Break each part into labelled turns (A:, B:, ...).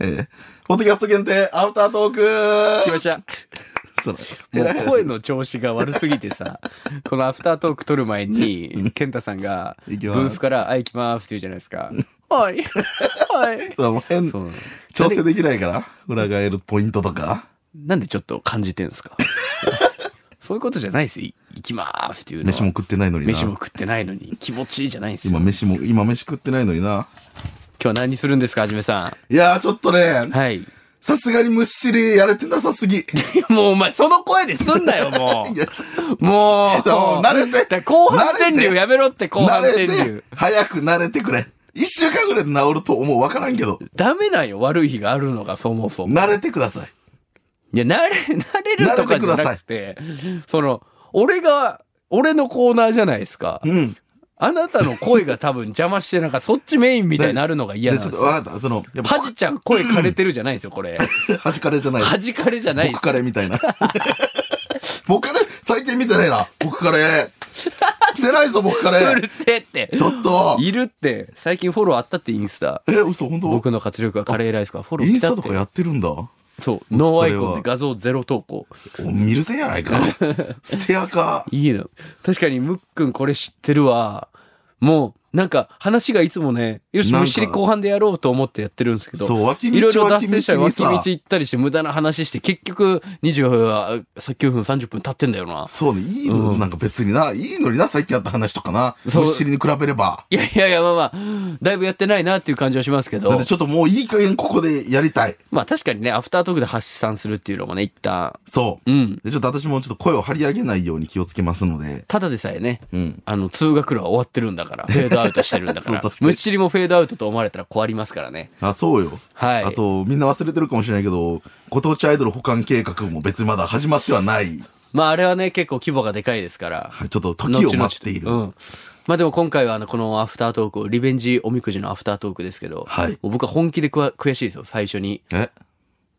A: えー、 ポッドキャスト限定アフタートーク
B: 来ました。
A: その
B: も
A: 偉
B: う
A: いです
B: 声の調子が悪すぎて さ、このアフタートーク撮る前に、健太さんが、ブ
A: 行きます
B: ースから、あ、行きますって言うじゃないですか。はい。はい。
A: そう、もう変、
B: そう
A: 調整できないから、裏返るポイントとか。
B: なんでちょっと感じてんです かそういうことじゃないですよ。い行きますっていうのは。
A: 飯も食ってないのにな。
B: 飯も食ってないのに、気持ちいいじゃないんですよ。
A: 今
B: 今
A: 飯も、今飯食ってないのにな。
B: 日は何するんですか、はじめさ
A: いやー、ちょっと
B: ん。
A: ね、
B: はい。
A: さすがにむっしりやれてなさ すぎ。い
B: もうお前、その声ですんなよ、も
A: や、ちょっ
B: う。もう。
A: そう慣れて
B: だから後半戦
A: 慣れ
B: 流
A: て
B: やめろって、
A: と、
B: 後
A: 慣
B: 半
A: れ
B: 戦流
A: て。、早く慣れてくれ。一週間ぐらいで治ると思う。わからんけど、
B: ダメなんよ、悪い日があるのが、そもそも。
A: 慣れてください。
B: いや、慣れ、慣れるとかじゃなくて、その、俺が、俺のコーナーじゃないですか。
A: うん。
B: あなたの声が多分邪魔して、なんかそっちメインみたいになるのが
A: じ
B: 嫌
A: ゃあ
B: なん
A: ちょ
B: で
A: っ
B: す
A: と
B: よ。
A: わかった。その、やっ
B: はじちゃん声枯れてるじゃないですよ、これ。
A: ぱ、端からじゃない。
B: はじかれじゃないで
A: 僕
B: す。
A: カレーみたいな。 僕カレー最近見てないな。僕カレー。してないぞ、僕カレ
B: う
A: ー。
B: るせえって。
A: ちょっと。
B: いるって、最近フォローあったってインスタ。
A: え、嘘、本当
B: 僕の活力はカレーライスからフォロー
A: イン
B: 来
A: ス
B: た
A: タ
B: っ
A: と
B: て
A: か。やってるんだ。
B: そう、ノーアイコン
A: これ
B: で
A: は
B: 画像ゼロ投稿。
A: お見るせや ないか。ステアか。
B: いいの。確かに、むっくんこれ知ってるわ。もう、なんか話がいつもね、よし、
A: なんか
B: むしり後半でやろうと思ってやってるんですけど、
A: そう、脇
B: いろい
A: 道
B: ろ
A: 脇
B: 脱
A: 道
B: 線
A: に
B: した
A: さ
B: り、脇道行ったりして、無駄な話して、結局、29分、30分経ってんだよな。
A: そうね、いいの、
B: うん
A: なんか別にな、いいのにな、最近やった話とかな。
B: そう
A: むしりに比べれば。
B: いやいやいや、まあまあ、だいぶやってないなっていう感じはしますけ
A: だっ
B: ど
A: て、ちょっともういい加減ここでやりたい。
B: まあ確かにね、アフタートークで発散するっていうのもね、一旦、
A: そう。
B: うん。
A: でちょっと私もちょっと声を張り上げないように気をつけますので。
B: ただでさえね、
A: うん。
B: あの、通学路は終わってるんだから、フェードアウトしてるんだから
A: そう確、かに
B: むっちりもフェードアウトと思われたら困りますからね。
A: あ、そうよ。
B: はい。
A: あと、みんな忘れてるかもしれないけど、ご当地アイドル保管計画も別にまだ始まってはない。
B: まああれはね、結構規模がでかいですから。
A: はいちょっと時を待っている。
B: 後々うん。まあでも今回はあの、このアフタートークを、リベンジおみくじのアフタートークですけど、
A: はい
B: もう僕は本気でくわ悔しいですよ、最初に。
A: え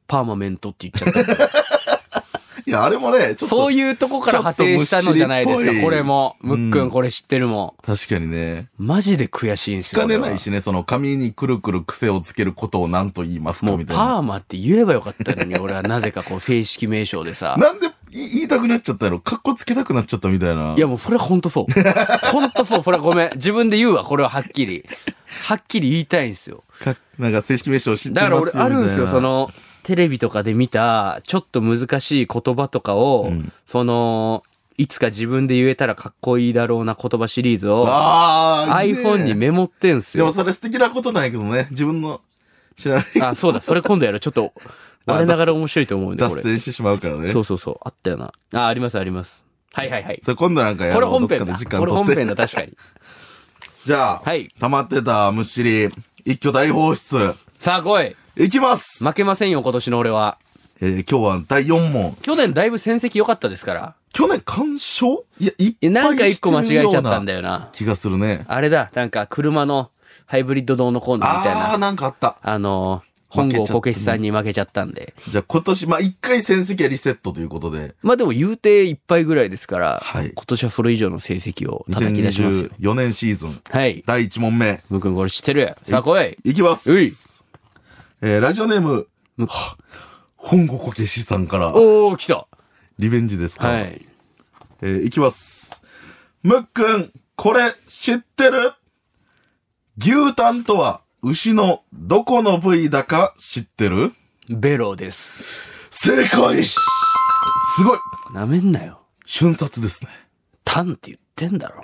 B: パーマメントって言っ ちゃった。
A: いや、あれもね、ちょっと。
B: そういうとこから派生したのじゃないです
A: ちょっとむっしりっぽ
B: か、
A: い
B: これも。
A: うん
B: むっくんこれ知ってるも
A: 確かにね。
B: ん。マジで悔しいんです
A: 聞
B: よ。
A: かねな
B: 俺はい
A: しね、その髪にくるくる癖をつけることを何と言いますか
B: も
A: み
B: う
A: たいな。
B: パーマって言えばよかっ たのに、俺はなぜかこう正式名称でさ。
A: なんでい言いたくなっちゃったやろかっこつけたくなっちゃったみたいな。
B: いやもうそれはほんとそう。ほんとそう、それはごめん。自分で言うわ、これははっきり。はっきり言いたいんですよ。
A: かなんか正式名称知ってま
B: だ
A: す
B: か
A: よ
B: ら俺あるんです
A: み
B: よ、
A: た
B: そ
A: いな。
B: の、テレビとかで見た、ちょっと難しい言葉とかを、
A: うん
B: その、いつか自分で言えたらかっこいいだろうな言葉シリーズを、
A: ああ、いいね
B: iPhone にメモってんす
A: で
B: よ
A: も。それ素敵なことなんやけどね、自分の知らない
B: あ、そうだ、それ今度やろう。ちょ っと、我ながら面白いと思うんで、こ
A: 脱
B: れ。
A: 線してしまうからね。
B: そうそうそう。あったよな。あ、あります、あります。はいはいはい。
A: それ今度なんかや
B: これ
A: ろう
B: 本
A: ど
B: 編
A: っか
B: だ。
A: で時間
B: これ
A: 取
B: 本
A: って
B: 編だ、確かに。
A: じゃあ、
B: はい
A: 溜まってたむっしり、一挙大放出、
B: さあ来い
A: いきます、
B: 負けませんよ、今年の俺は。
A: えー今日は第4問。
B: 去年だいぶ戦績良かったですから。
A: 去年完勝いや、いっ
B: い
A: ぱい
B: や、なんか一個間違えちゃったん
A: だ
B: だよな。
A: 気がするね。
B: あれだ、なんか車のハイブリッドどうのこうのみたい
A: あー、
B: な。
A: なんかあった。
B: あのー、本
A: 負け
B: 郷
A: ちゃったね
B: こけしさんに負けちゃったんで。
A: じゃあ今年、まあ、一回戦績はリセットということで、
B: まあでも言うていっぱいぐらいですから、
A: はい
B: 今年はそれ以上の成績を叩き出しますよ。
A: 2024年シーズン、
B: はい。
A: 第1問目、
B: むくんこれ知ってるさあ来い
A: いきます。
B: うい
A: えーラジオネーム、
B: む
A: は本郷こけしさんから、
B: おお来た
A: リベンジですか、
B: はい。
A: えーいきます。むっくん、これ知ってる牛タンとは牛のどこの部位だか知ってる
B: ベロです。
A: 正解すごい
B: なめんなよ。
A: 瞬殺ですね。
B: タンって言ってんだ ろ。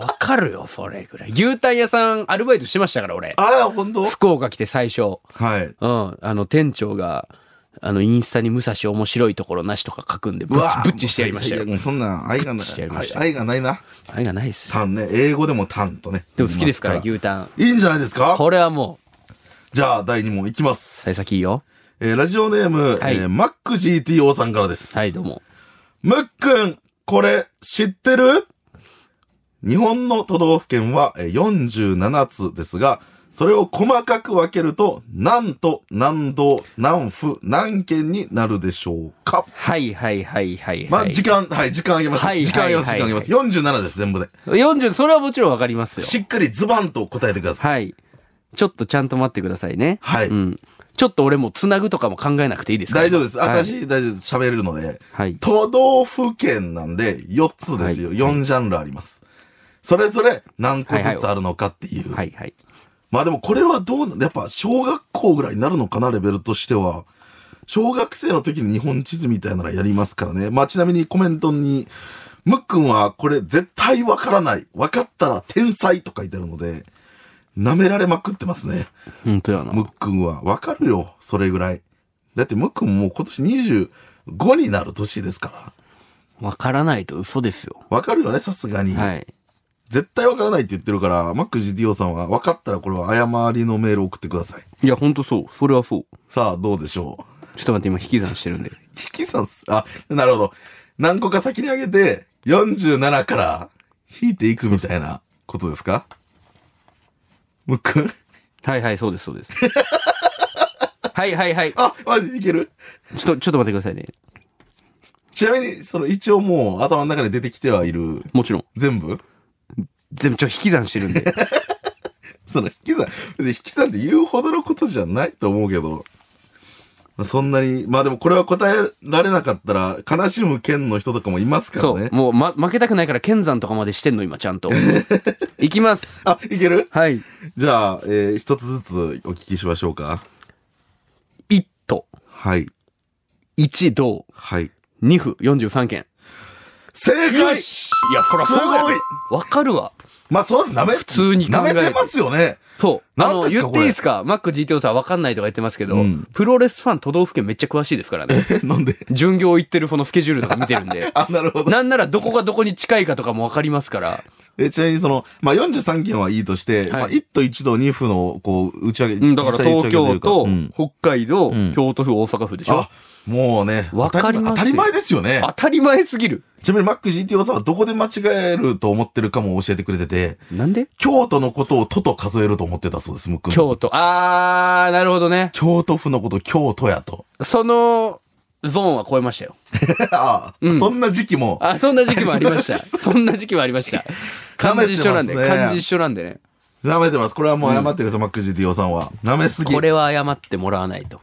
B: わかるよ、それぐらい。牛タン屋さん、アルバイトしてましたから、俺。
A: ああ、本当
B: 福岡来て最初。
A: はい。
B: うん。あの、店長が、あの、インスタに武蔵面白いところなしとか書くんで、ぶっち、ぶっちしてやりました
A: もう
B: よ。
A: もうそんなん愛がな
B: ぶっちしてやりまし
A: い。
B: たよ
A: 愛がないな。
B: あれがないっす。
A: タンね。英語でもタンとね。
B: でも好きですから、
A: 言いま
B: 牛タン。
A: すからいいんじゃないですか
B: これはもう、
A: じゃあ、第2問いきます。
B: 幸先いいよ。
A: えーラジオネーム、
B: はい
A: えーマック GTO さんからです。
B: はい、どうも。
A: むっくん、これ知ってる日本の都道府県はえー47つですが、それを細かく分けると、何都、何道、何府、何県になるでしょうか
B: はい、はい、はい、はい。
A: ま
B: は
A: あ、
B: い
A: 時間、はい、時間あげます。
B: はい
A: 時間あげます、
B: はい
A: 時間あげます。47です、全部で。
B: 40、それはもちろんわかりますよ。
A: しっかりズバンと答えてください。
B: はい。ちょっとちゃんと待ってくださいね。
A: はい。
B: うん。ちょっと俺もつなぐとかも考えなくていいですか
A: 大丈夫です。
B: はい
A: 私、大丈夫です。喋れるので。
B: はい。
A: 都道府県なんで4つですよ。
B: はい
A: 4ジャンルあります。それぞれ何個ずつあるのかっていう。
B: はいはい。
A: まあでもこれはどうなやっぱ小学校ぐらいになるのかな、レベルとしては。小学生の時に日本地図みたいなのやりますからね。まあちなみにコメントに、むっくんはこれ絶対わからない。わかったら天才と書いてあるので、舐められまくってますね。
B: 本当やな。
A: むっくんは。わかるよ、それぐらい。だってむっくんもう今年25になる年ですから。
B: わからないと嘘ですよ。
A: わかるよね、さすがに。
B: はい。
A: 絶対わからないって言ってるから、マック GTO さんは、わかったらこれは誤りのメール送ってください。
B: いや、本当そう。それはそう。
A: さあ、どうでしょう。
B: ちょっと待って、今引き算してるんで。
A: 引き算す、あ、なるほど。何個か先に上げて、47から引いていくみたいなことですかむっくん
B: はいはい、そうです、そうです。 はいはいはい。ちょ
A: あ、マジいける
B: っと、ちょっと待ってくださいね。
A: ちなみに、その一応もう頭の中で出てきてはいる。
B: もちろん。
A: 全部
B: 全部、ちょ、引き算してるんで。
A: その引き算、別に引き算って言うほどのことじゃないと思うけど、まあそんなに、まあでもこれは答えられなかったら、悲しむ県の人とかもいますから
B: そう
A: ね。。
B: もう、ま、負けたくないから、剣山とかまでしてんの、今、ちゃ んと。いきます。
A: あ、いける
B: はい。
A: じゃあ、えー一つずつお聞きしましょうか。
B: 一都、
A: はい、
B: 一道、
A: はい。
B: 二府、43件。
A: 正解
B: いや、そらそうだ
A: すごい
B: よ。わかるわ。
A: まあそうです、なめ、普
B: 通に考
A: なめ
B: える
A: てますよ ね。
B: そう。あ
A: 何
B: の、
A: ですか
B: 言っていいですかマック GTO さんわかんないとか言ってますけど、
A: うん
B: プロレスファン都道府県めっちゃ詳しいですからね。
A: なんで。
B: 巡業行ってるそのスケジュールとか見てるん で
A: あ、なるほど。
B: なんならどこがどこに近いかとかもわかりますから。
A: え、ちなみにその、まあ43件はいいとして、
B: い
A: まあ1都1都2府の、こう、打ち上げ、
B: うん、だから
A: 実際打ち
B: 東
A: 上げい
B: 京
A: うか
B: 都
A: うん、
B: 北海道、
A: ん
B: 京都府、大阪府でしょ
A: あ、もうね、
B: わかりますよ
A: 当たり前ですよね。
B: 当たり前すぎる。
A: ちなみにマック GTO さんはどこで間違えると思ってるかも教えてくれてて、
B: なんで
A: 京都のことを都と数えると思ってたそうです、むっくん。
B: 京都。あー、なるほどね。
A: 京都府のこと京都や と。
B: その、ゾーンは超えましたよ。
A: ああ、
B: うん
A: そんな時期も。
B: あ、そんな時期もあり ました。そんな時期もありました。漢字一緒なんで、
A: 舐めてますね
B: 漢字一緒なんでね。
A: 舐めてます。これはもう謝ってください、マック GTO さんは。舐めすぎ
B: こ。れは謝ってもらわないと。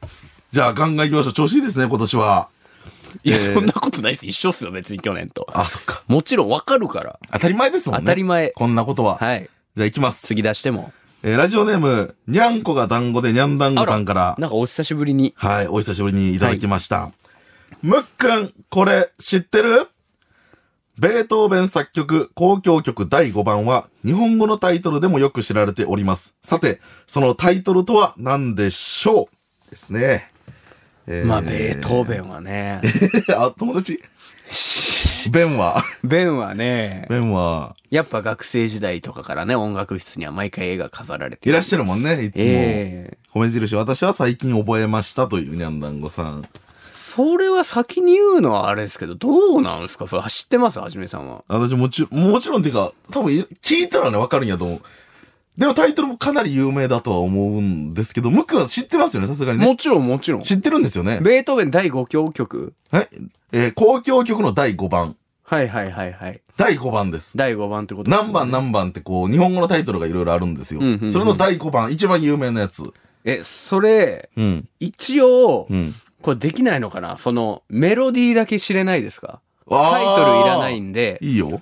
A: じゃあ、ガンガン行きましょう。調子いいですね、今年は。
B: いや、
A: えー
B: そんなことないです。一緒っすよ、別に去年と。
A: あ、そっか。
B: もちろんわかるから。
A: 当たり前ですもんね。
B: 当たり前
A: こんなことは。
B: はい。
A: じゃあ、行きます。
B: 次出しても。
A: えーラジオネーム、にゃんこが団子でにゃん団子さんから。
B: なんかお久しぶりに。
A: はい、お久しぶりにいただきました。むっくん、これ知ってるベートーベン作曲交響曲第5番は日本語のタイトルでもよく知られております。さて、そのタイトルとは何でしょうですね。え
B: まあ、ベートー
A: ベ
B: ベンはね。
A: ン。 あ、友達ベン は、
B: ベンはね、
A: ベンは、
B: やっぱ学生時代とかからね、音楽室には毎回絵が飾られて
A: いらっし
B: ゃ
A: ゃるもんね、いつも。
B: ええ
A: 米印、私は最近覚えましたというにゃんだんごさん。
B: それは先に言うのはあれですけど、どうなんすかそれ知ってますはじめさんは。
A: 私もち、もちろんっていうか、多分い聞いたらね、わかるんやと思う。でもタイトルもかなり有名だとは思うんですけど、ムックは知ってますよね、さすがにね。
B: もちろんもちろん。
A: 知ってるんですよね。
B: ベートーベン第5協曲
A: はい。えー交響曲の第5番。
B: はいはいはいはい。
A: 第5番です。
B: 第5番ってことですよ
A: 何
B: ね
A: 番何番ってこう、日本語のタイトルがいろいろあるんですよ
B: うんうんう。ん
A: それの第5番、一番有名なやつ。
B: え、それ、
A: うん。
B: 一応、
A: うん。
B: これできないのかなその、メロディーだけ知れないですか
A: タ
B: タイトルいらない。んで。
A: いいよ。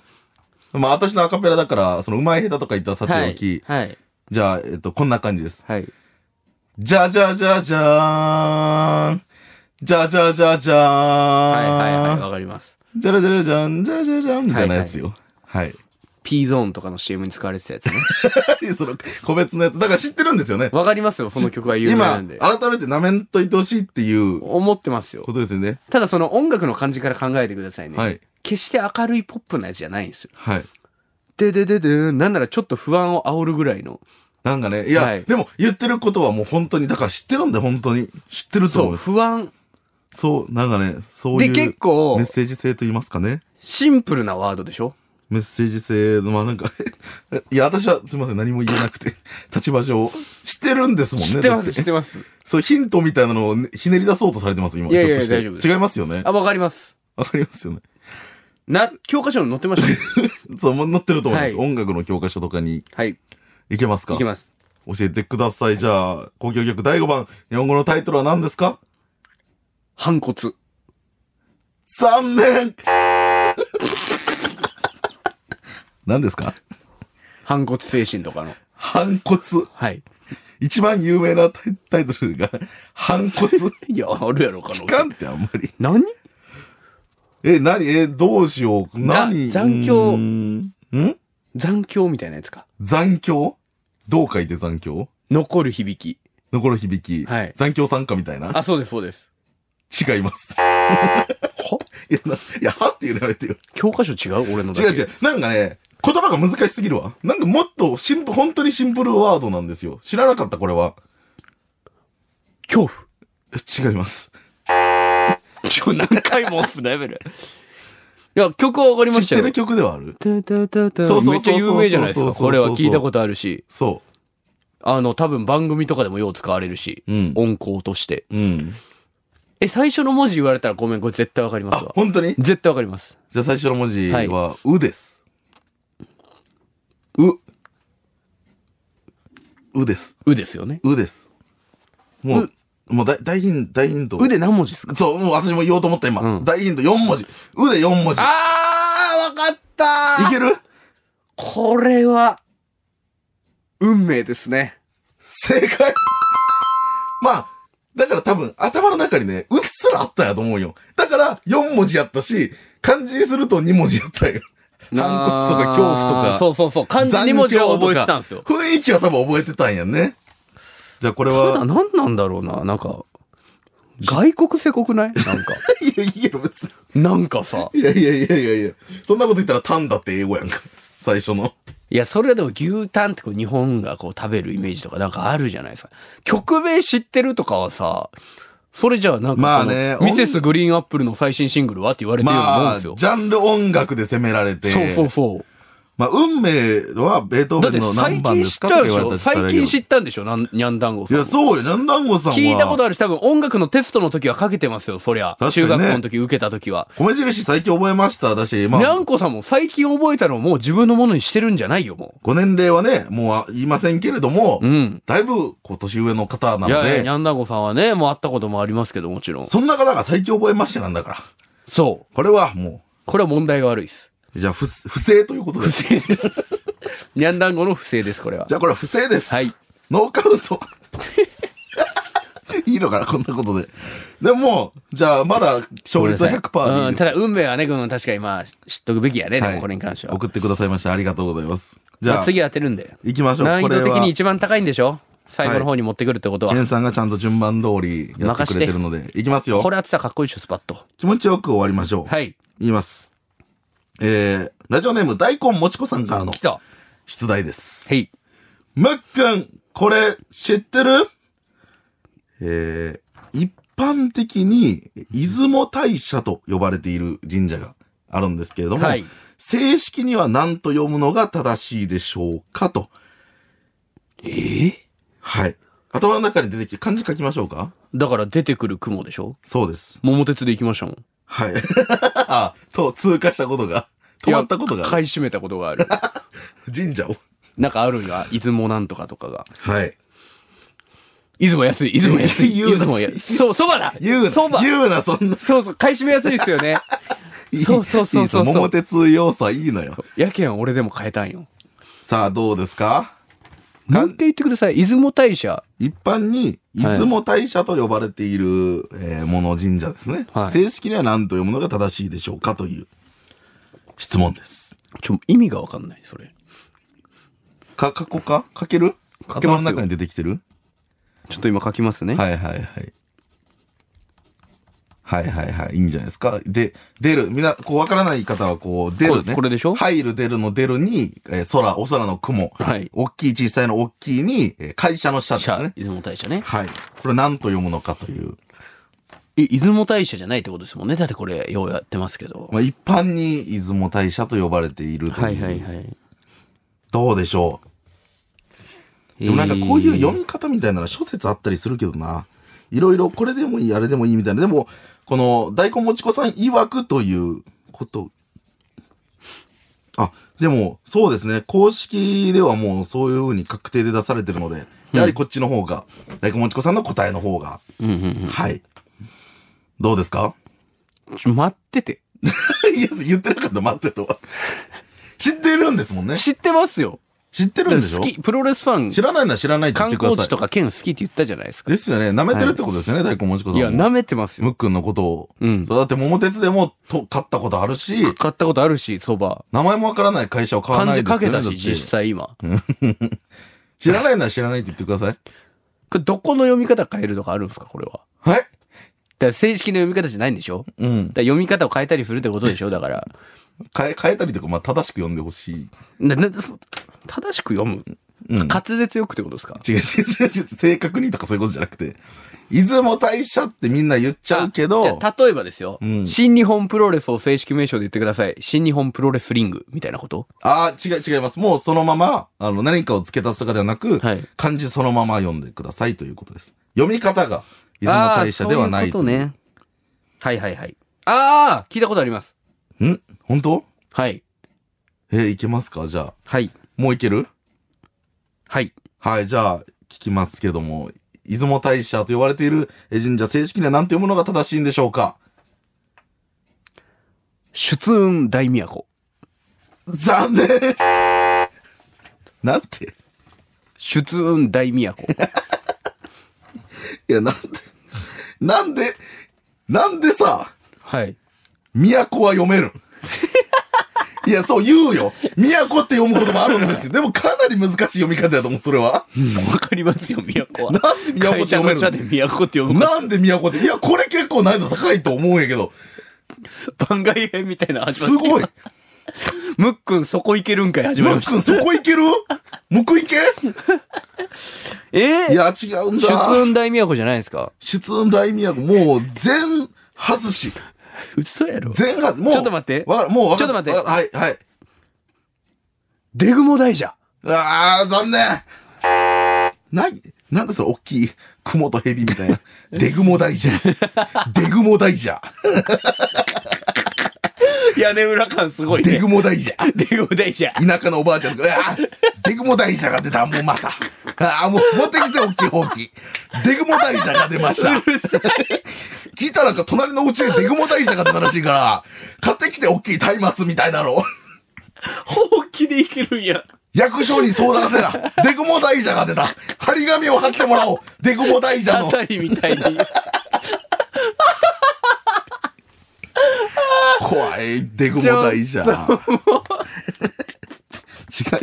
A: まあ私のアカペラだから、その上手い下手とか言ったらさて
B: は
A: おき
B: い。、はい。
A: じゃあ、えっと、こんな感じです。
B: はい。
A: じゃじゃじゃじゃーん。じゃじゃじゃじゃ
B: はいはいはい。
A: ーん。
B: わかります。
A: じゃらじゃらじゃん、じゃらじゃらじゃん、みたいなやつよ。はい。
B: P ゾーンとかの CM に使われてたやつね。
A: その、個別のやつ。だから知ってるんですよね。
B: わかりますよ、その曲は有名な
A: 今、
B: んで。
A: 改めてなめんといてほしいっていうこ
B: 思ってますよ。
A: とですよね。
B: ただその音楽の感じから考えてくださいね。
A: はい。
B: 決して明るいポップなやつじゃないんですよ。
A: はい。
B: ででででなんならちょっと不安を煽るぐらいの。
A: なんかね、いや、
B: はい
A: でも言ってることはもう本当に、だから知ってるんで本当に。知ってると思
B: そうう、
A: です。
B: 不安。
A: そう、なんかね、そうい
B: で、
A: う
B: 結
A: メ
B: 構
A: ッ、セージ性と言いますかね。
B: シンプルなワードでしょ
A: メッセージ性の、まあなんか、 いや、私はすいません、何も言えなくて、 立場上、知ってるんですもんね。
B: 知ってま
A: だ
B: す、
A: っ
B: 知ってます。
A: そう、ヒントみたいなのをねひねり出そうとされてます、今。
B: いやい
A: ひ
B: や
A: ょっとして
B: 大丈夫です
A: 違いますよね
B: あ、。わかります。
A: わかりますよね。
B: な、教科書に載ってましたよ
A: そう、もう載ってると思います。
B: はい
A: 音楽の教科書とかに
B: はい。
A: 行けますか
B: いきます。
A: 教えてください。じゃあ、交響曲第5番、日本語のタイトルは何ですか
B: 反骨。
A: 残念 何ですか
B: 反骨精神とかの。
A: 反骨。
B: はい。
A: 一番有名なタイタイトルが、反 骨。
B: いや、あるやろ、可能
A: 聞か
B: 性。
A: んってあんまり。
B: 何
A: え、何え、どうしよう。
B: な
A: 何
B: 残響
A: うーんん
B: 残響みたいなやつか。
A: 残響どう書いて残響
B: 残る響き。
A: 残る響き。
B: はい
A: 残響参加みたいな。
B: あ、そうです、そうです。
A: 違います。
B: はい
A: や、 ないや、はって言われてよ。
B: 教科書違う俺のだ
A: 違
B: け
A: う違う。なんかね、言葉が難しすぎるわ。なんかもっとシンプル、本当にシンプルワードなんですよ。知らなかった、これは。
B: 恐怖。
A: 違います。
B: ちょ、何回も押すレベル。いや、曲はわかりま
A: 知
B: し
A: ったて
B: よ。
A: る曲ではある
B: タタタタ
A: そうそうそうそう
B: めっちゃ有名じゃないです
A: そう
B: か。
A: そうそうそう
B: これは聞いたことあるし、
A: そ
B: あの、多分番組とかでもよう使われるし、
A: う。うん。
B: 音効として。
A: うん。
B: え、最初の文字言われたらごめん、これ絶対わかりま
A: あ
B: すわ、。
A: 本当に
B: 絶対わかります。
A: じゃあ最初の文字は、うです。う。うです。
B: うですよね。
A: うです。もう、もう大大ヒン大ヒント。
B: うで何文字ですか
A: そう、もう私も言おうと思った今。
B: うん
A: 大ヒント4文字。うで4文字。い
B: あー、わかったー
A: ける
B: これは、運命ですね。
A: 正解。まあ、だから多分頭の中にね、うっすらあったんやと思うよ。だから4文字やったし、漢字にすると2文字やったんよ。反骨とか恐怖とか
B: そうそうそう。漢字2文字を覚えてたんですよ。
A: 雰囲気は多分覚えてたんやね。じゃあこれ
B: ただ
A: は、
B: 何なんだろうな、なんか、外国せこくないなん か。
A: いやいや別に。
B: なんかさ。
A: いやいやいやいやいや。そんなこと言ったらタンだって英語 やんか。最初の。
B: いや、それでも牛タンってこう日本がこう食べるイメージとかなんかあるじゃないですか。曲名知ってるとかはさ、それじゃあなんかその、
A: まあね
B: ミセスグリーンアップルの最新シングルはって言われてるようなもん
A: まあ、
B: です
A: ジ
B: よ。
A: ャンル音楽で攻められて。
B: そうそうそう。
A: まあ、運命はベートー
B: だっ
A: ベ
B: て
A: ンの
B: 最
A: 何番
B: 近
A: で
B: 知っ
A: すか
B: たんで
A: と
B: し
A: か言わ
B: ょ
A: れたら
B: 最近知ったんでしょなんにゃんだんごさ
A: い
B: ん。
A: や、そうよ。ジャンダンゴさんは。
B: 聞いたことあるし、多分音楽のテストの時はかけてますよ、そりゃ。
A: 確か
B: 中
A: にね
B: 学校の時受けた時は。
A: 米印最近覚えました。だし、ま
B: にゃ
A: あ、
B: んこさんも最近覚えたのをもう自分のものにしてるんじゃないよ、も
A: ご年齢はね、もうあ言いませんけれども、
B: う。うん。
A: だいぶ、こう、年上の方ないの
B: やいや、
A: で
B: に、ゃんだんごさんはね、もう会ったこともありますけど、もちろん。
A: そんな方が最近覚えましたなんだから。
B: そう。
A: これはも
B: これは問題が悪いです。
A: う、じゃあ、不不正ということで
B: 不
A: す。
B: 正です。にゃんだんごの不正です、これは
A: じ。ゃあ、これは不正です。
B: はい。
A: ノーカウント。 いいのかなこんなことで。でも、じゃあ、まだ勝率は100%で
B: う
A: い
B: ん、
A: いで
B: ただ運命はね、うん確かにまあ、知っとくべきやね、でもこれに関して
A: す。
B: は。
A: 送ってくださいました。ありがとうございます。じ
B: ま
A: ゃ
B: あ
A: あ、
B: 次当てるんで。
A: 行きましょう。
B: 難易
A: これ
B: 度的
A: は
B: に一番高いんでしょ最後の方に持ってくるってことは。
A: ケンさんがちゃんと順番通りやってくれてるので、いきます
B: こ
A: よ。
B: れ当てたらかっこいいでしょ、スパッと。
A: 気持ちよく終わりましょう。
B: はい。
A: 言います。えー、ラジオネーム大根もちこさんからの
B: 来た。
A: 出題です。
B: はい。
A: むっくん、これ知ってるえー、一般的に出雲大社と呼ばれている神社があるんですけれども、
B: はい
A: 正式には何と読むのが正しいでしょうかと。
B: えー、
A: はい。頭の中に出てきて漢字書きましょうか
B: だから出てくる雲でしょ
A: そうです。
B: 桃鉄で行きましたもん。
A: はい。 あ、と、通過したことが、止まったこと
B: い
A: が
B: や
A: ある、
B: 買い占めたことがある。
A: 神社を。
B: なんかあるんが、出雲なんとかとかが。
A: はい。
B: 出雲安い、出雲安 い。
A: 言うな
B: 出雲安い。そう、そばだ
A: 言うな、
B: そば
A: 言うな、そんな。
B: そうそう、買い占めやすいですよね。そうそうそうそう
A: いい
B: そう
A: 桃鉄要素はいいのよ。
B: やけん俺でも買えたんよ。
A: さあ、どうですか
B: なんて言ってください。出雲大社。
A: 一般に、出雲大社と呼ばれている、えーもの神社ですね、
B: はい
A: 正式には何と読むのが正しいでしょうかという質問です。
B: ちょ、意味がわかんない、それ。
A: か、過去かかける
B: かけますよ
A: 頭の中に出てきてる
B: ちょっと今書きますね。
A: はいはいはい。はいはいはい。いいんじゃないですか。で、出る。みんな、こう、わからない方は、こう、出る
B: こ
A: ね。
B: れこれでしょ
A: 入る、出るの出るに、えー空、お空の雲。
B: はい
A: 大きい、小さいの大きいに、えー会社の社です
B: 社、
A: ね。
B: 出雲大社ね。
A: はい。これ何と読むのかという。
B: え、出雲大社じゃないってことですもんね。だってこれ、ようやってますけど。
A: まあ、一般に出雲大社と呼ばれているという。
B: い。
A: どうでしょう。でもなんかこういう読み方みたいなの諸説あったりするけどな。いろいろこれでもいい、あれでもいいみたいな。でも、この大根もちこさん曰くということあ、でも、そうですね。公式ではもうそういうふうに確定で出されてるので、やはりこっちの方が、大根もちこさんの答えの方が、
B: うんうんうん
A: はい。どうですか
B: ちょ待ってて。
A: いや、言ってなかった、待ってとは。知ってるんですもんね。
B: 知ってますよ。
A: 知ってるんでしょ
B: 好き、プロレスファン
A: 知、らないなら知らないって言っ
B: 観
A: てくだ
B: 光
A: さ
B: 地
A: い
B: と。か県好きって言ったじゃないですか。
A: ですよね。舐めてるってことですよね、大根もちこさん
B: い
A: も。
B: や、舐めてます
A: む
B: よ。
A: っくんのことを。
B: うん
A: そ。うだって桃鉄でもと買ったことあるし、
B: 買ったことあるし、そば。
A: 名前もわからない会社を買わな
B: 漢
A: い
B: 字
A: で
B: 書
A: すよ
B: け
A: ね。
B: たし、
A: だって
B: 実際今。
A: 知らないなら知らないって言ってください。
B: これどこの読み方変えるとかあるんですかこれは。だか
A: はい。
B: ら正式な読み方じゃないんでしょ
A: うん
B: だ。から読み方を変えたりするってことでしょだから。
A: 変え、変えたりとか、まあ、正しく読んでほしい。
B: ななそ正しく読む
A: うん。
B: 滑舌よくってことですか
A: 違う違う違う違う。正確にとかそういうことじゃなくて。出雲大社ってみんな言っちゃうけ
B: じゃ
A: ど、
B: あ例えばですよ、
A: うん
B: 新日本プロレスを正式名称で言ってください。新日本プロレスリングみたいなこと
A: ああ、違う違います。もうそのまま、あの、何かを付け足すとかではなく、
B: はい
A: 漢字そのまま読んでくださいということです。読み方が出雲
B: ああー、
A: 大社ではない
B: そういうことね。はいはいはい。ああ聞いたことあります。
A: という。ん本当
B: はい。
A: えーいけますかじゃあ。
B: はい。
A: もういける
B: はい。
A: はい、じゃあ、聞きますけども、出雲大社と言われているえー神社、正式には何て読むのが正しいんでしょうか
B: 出雲大都。
A: 残念なんて
B: 出雲大都。
A: いや、なんで、なんで、なんでさ、
B: はい。
A: 都は読めるんいや、そう言うよ。都って読むこともあるんですよ。でもかなり難しい読み方だと思う、それは。
B: わかりますよ、都は。
A: なんで都って
B: 会社
A: 読め
B: の
A: る
B: 社で
A: の
B: 都って呼ぶ
A: なんで都って、いや、これ結構難易度高いと思うんやけど、
B: 番外編みたいなの始
A: す
B: まって
A: ごい。
B: ムックンそこ行けるんかい始ま
A: マッ
B: りました
A: クン、そこいける向くいけ
B: え
A: い
B: ー、
A: や、違うんだ。
B: 出雲大都じゃないですか
A: 出雲大都、もう全外し。
B: 嘘やろ
A: 全外、もう。
B: ちょっと待って
A: わもうわか
B: ちょっと待って
A: わはい、はい。
B: 出雲大社
A: あー、残念ない、なんだそれ、大きい雲と蛇みたいな。デグモ大社。デグモ大社。
B: 屋根裏感すごい
A: デ
B: ね
A: グモ大社。
B: 出雲大社
A: 田舎のおばあちゃんとか、うわーデグモ大社が出た、もうまた。あー、もう持ってきて、大きいほうき。デグモ大社が出ました。
B: うるさい
A: 聞いたらなんか隣のお家でデグモ大社が出たらしいから、買ってきて大きい松明みたいなの。
B: ほうきでいけるんや
A: 役所に相談せな。デグモ大社が出た。張り紙を貼ってもらおう。デグモ大社
B: あ
A: の。
B: たりみたいに
A: 怖い。デグモ大社。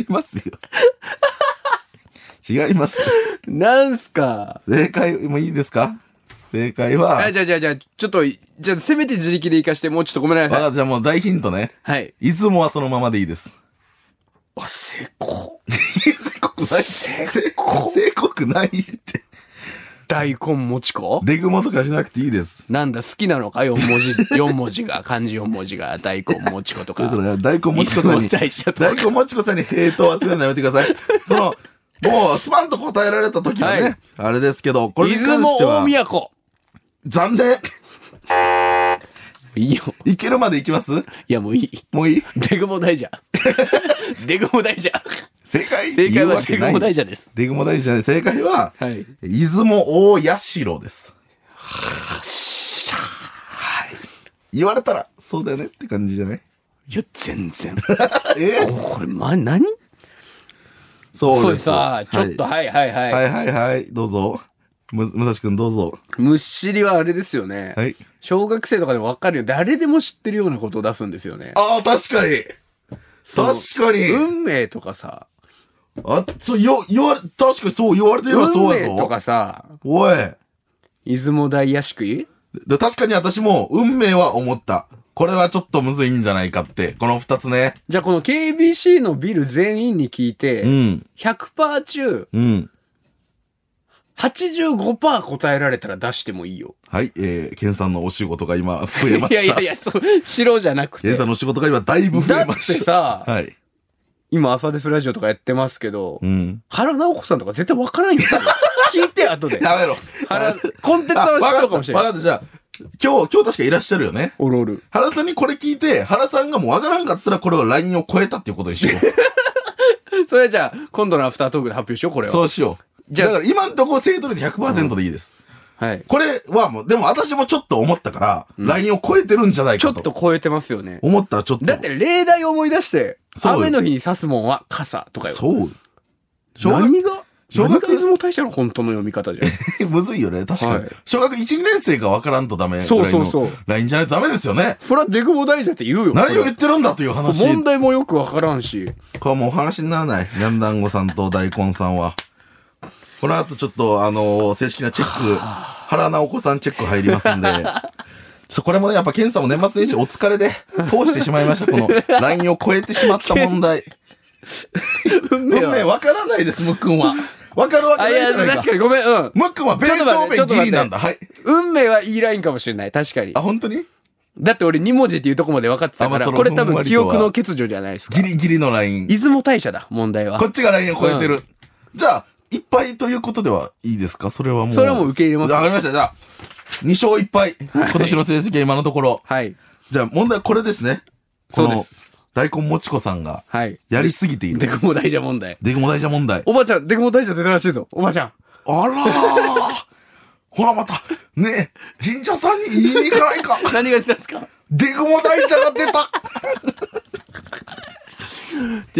A: 違いますよ。違います。
B: なんすか
A: 正解もいいですか正解は、
B: あじゃあじゃあじゃあちょっとじゃあせめて自力で行かしてもうちょっとごめん なさい
A: わじゃあもう大ヒントね。
B: はい
A: いつもはそのままでいいです。
B: あ せこ
A: せこくない。せこくないって。
B: 大根もちこ
A: デグモとかしなくていいです。
B: なんだ好きなのか4文 字4文字が漢字4文字が大根もちこと
A: という
B: か
A: ことで大根もちこさんに、
B: 出雲大社と
A: 大根もちこさんに平等を集めるのやめてください。その、もうスパンと答えられた時はね、
B: はい
A: あれですけど、これに
B: 出
A: 関
B: 雲
A: して
B: 大
A: は、
B: 都
A: 残念
B: いいよ
A: いけるまでいきます
B: いやもういい
A: もういい
B: デグモ大 社。デグモ大社。
A: 正解
B: 正解
A: 言う
B: は
A: わけ
B: デ
A: な
B: グ
A: い
B: モ大社です。
A: デグモ大社で正解は、
B: はい。
A: 出雲大社です。
B: しゃ
A: 言われたら、そうだよねって感じじゃない
B: いや、全然。
A: え
B: これ、ま、何
A: そう
B: そう
A: で。
B: ですさ、ちょっと、はいはいはい。
A: はい、はい、はいはい、どうぞ。む、武蔵くんどうぞ。
B: むっしりはあれですよね。
A: はい。
B: 小学生とかでもわかるよ。誰でも知ってるようなことを出すんですよね。
A: ああ、確かに
B: そう
A: 確かに、
B: 運命とかさ、
A: あ、そう、よ、言われ、確かにそう言われてる
B: 運
A: そうやぞ。
B: 命とかさ、
A: おい。で
B: 出雲大屋敷
A: 確かに私も、運命は思った。これはちょっとむずいんじゃないかって。この二つね。
B: じゃあこの KBC のビル全員に聞いて、
A: うん。
B: 100%中
A: うん。
B: 85%答えられたら出してもいいよ。
A: はい。えー、ケンさんのお仕事が今、増えま
B: いやい
A: した
B: やい。や、そう、白じゃなく
A: ケン
B: て
A: さん。のお仕事が今、だいぶ増
B: だ
A: え
B: って
A: ました。
B: さ、
A: はい。
B: 今朝ですラジオとかやってますけど、
A: うん。
B: 原直子さんとか絶対 わからんよ。聞いて、後で。
A: やめろ。
B: 原、コンテンツ
A: あ
B: は
A: わ
B: 知っ
A: か
B: と
A: っ。
B: うかもしたれな
A: わ
B: い。
A: かった。じゃあ、今日、今日確かいらっしゃるよね。
B: おるおる。
A: 原さんにこれ聞いて、原さんがもうわからんかったらこれは LINE を超えたっていうことにしよ う。
B: それじゃあ、今度のアフタートークで発表しよう、これを。
A: そうしよう。
B: じゃあ
A: だから今んとこ正答率100%でいいです。
B: はい。
A: これはもう、でも私もちょっと思ったから、LINE を超えてるんじゃない
B: ちょ
A: か
B: っ
A: と。
B: と超えてますよね。
A: 思ったらちょっと。
B: だって、例題思い出して、
A: そうよ
B: 雨の日に刺すもんは傘とかよ。
A: そう。小学
B: 何が
A: 小
B: 何
A: 学
B: が出雲大社の本当の読み方じゃ
A: むずいよね。確かに。
B: はい
A: 小学1、2年生がわからんとダメ
B: ん。
A: ぐ
B: そう
A: らい
B: そう
A: の
B: そう。
A: ラインじゃないとダメですよね。
B: そら出雲大社って言うよ。
A: 何を言
B: そ
A: ってるんだという
B: ら
A: 話。
B: そう問
A: こ
B: 題もよくわからんし。
A: れはもうお話にならない。ニャンダンゴさんと大根さんは。この後ちょっと、あのー正式なチェック、原直子さんチェック入りますんで。ちょっとこれもね、やっぱ検査も年末年始お疲れで通してしまいました。この LINE を超えてしまった問題。
B: 運
A: 運命わからないです、ムックンは。わかるわけな
B: あ、
A: い
B: い
A: じ
B: や、
A: ゃない
B: 確
A: か
B: か。にごめん。うん。
A: ムックンはベートーベンギリなんだ。はい。
B: 運命はいいラインかもしれない。確かに
A: あ、。本当に
B: だって俺2文字っていうとこまで分かってたか
A: あまあ
B: ら、
A: その
B: これ多
A: ふんわ
B: 分
A: り
B: 記
A: とは
B: 憶の欠如じゃないですか
A: ギ。リギリのライン。
B: 出雲大社だ、問題は
A: こ。っちがラインを超えてる。じゃあ、いっぱいということではいいですかそれはもう。
B: それはもう受け入れます
A: わかりました。じゃあ、2勝1敗。今年の成績は今のところ。
B: はい。
A: じゃあ、問題はこれですね。
B: そうです
A: この大根もちこさんが
B: はい。
A: やりすぎている。
B: 出雲大社問題。
A: でも大社問題。
B: おばちゃん、出雲大社出たらしいぞ。おばちゃん。
A: あらー ほらまた、ねえ、神社さんに言いに行かない か。
B: 何が出たんですか
A: でぐも大社が 出た。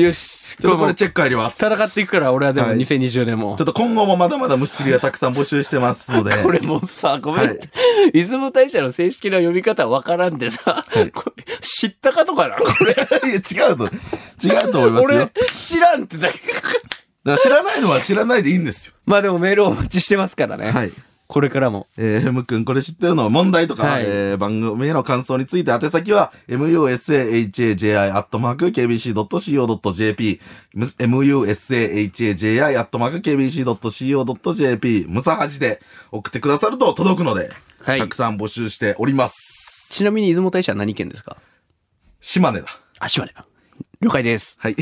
B: よし。
A: ちょっとこれチェック入ります。
B: 戦っていくから、俺はでも
A: はい
B: 2020年も
A: ちょ。っと今後もまだまだ虫釣りはたくさん募集してますので。
B: これもうさ、ごめん、
A: はい
B: 出雲大社の正式な読み方わからんでさ、これ知ったかとかなこれ。
A: いや、違うと、違うと思いますよ。
B: 俺、知らんってだけ。
A: だから知らないのは知らないでいいんですよ。
B: まあでもメールをお待ちしてますからね。
A: はい。
B: これからも。
A: えー、M くんこれ知ってるの問題とか、
B: はい
A: えー番組への感想について宛先は、musahaji.kbc.co.jp、む musahaji.kbc.co.jp、ムサハジで送ってくださると届くので、
B: はい
A: たくさん募集しております。
B: ちなみに出雲大社は何県ですか
A: 島根だ。
B: あ、島根。了解です。
A: はい。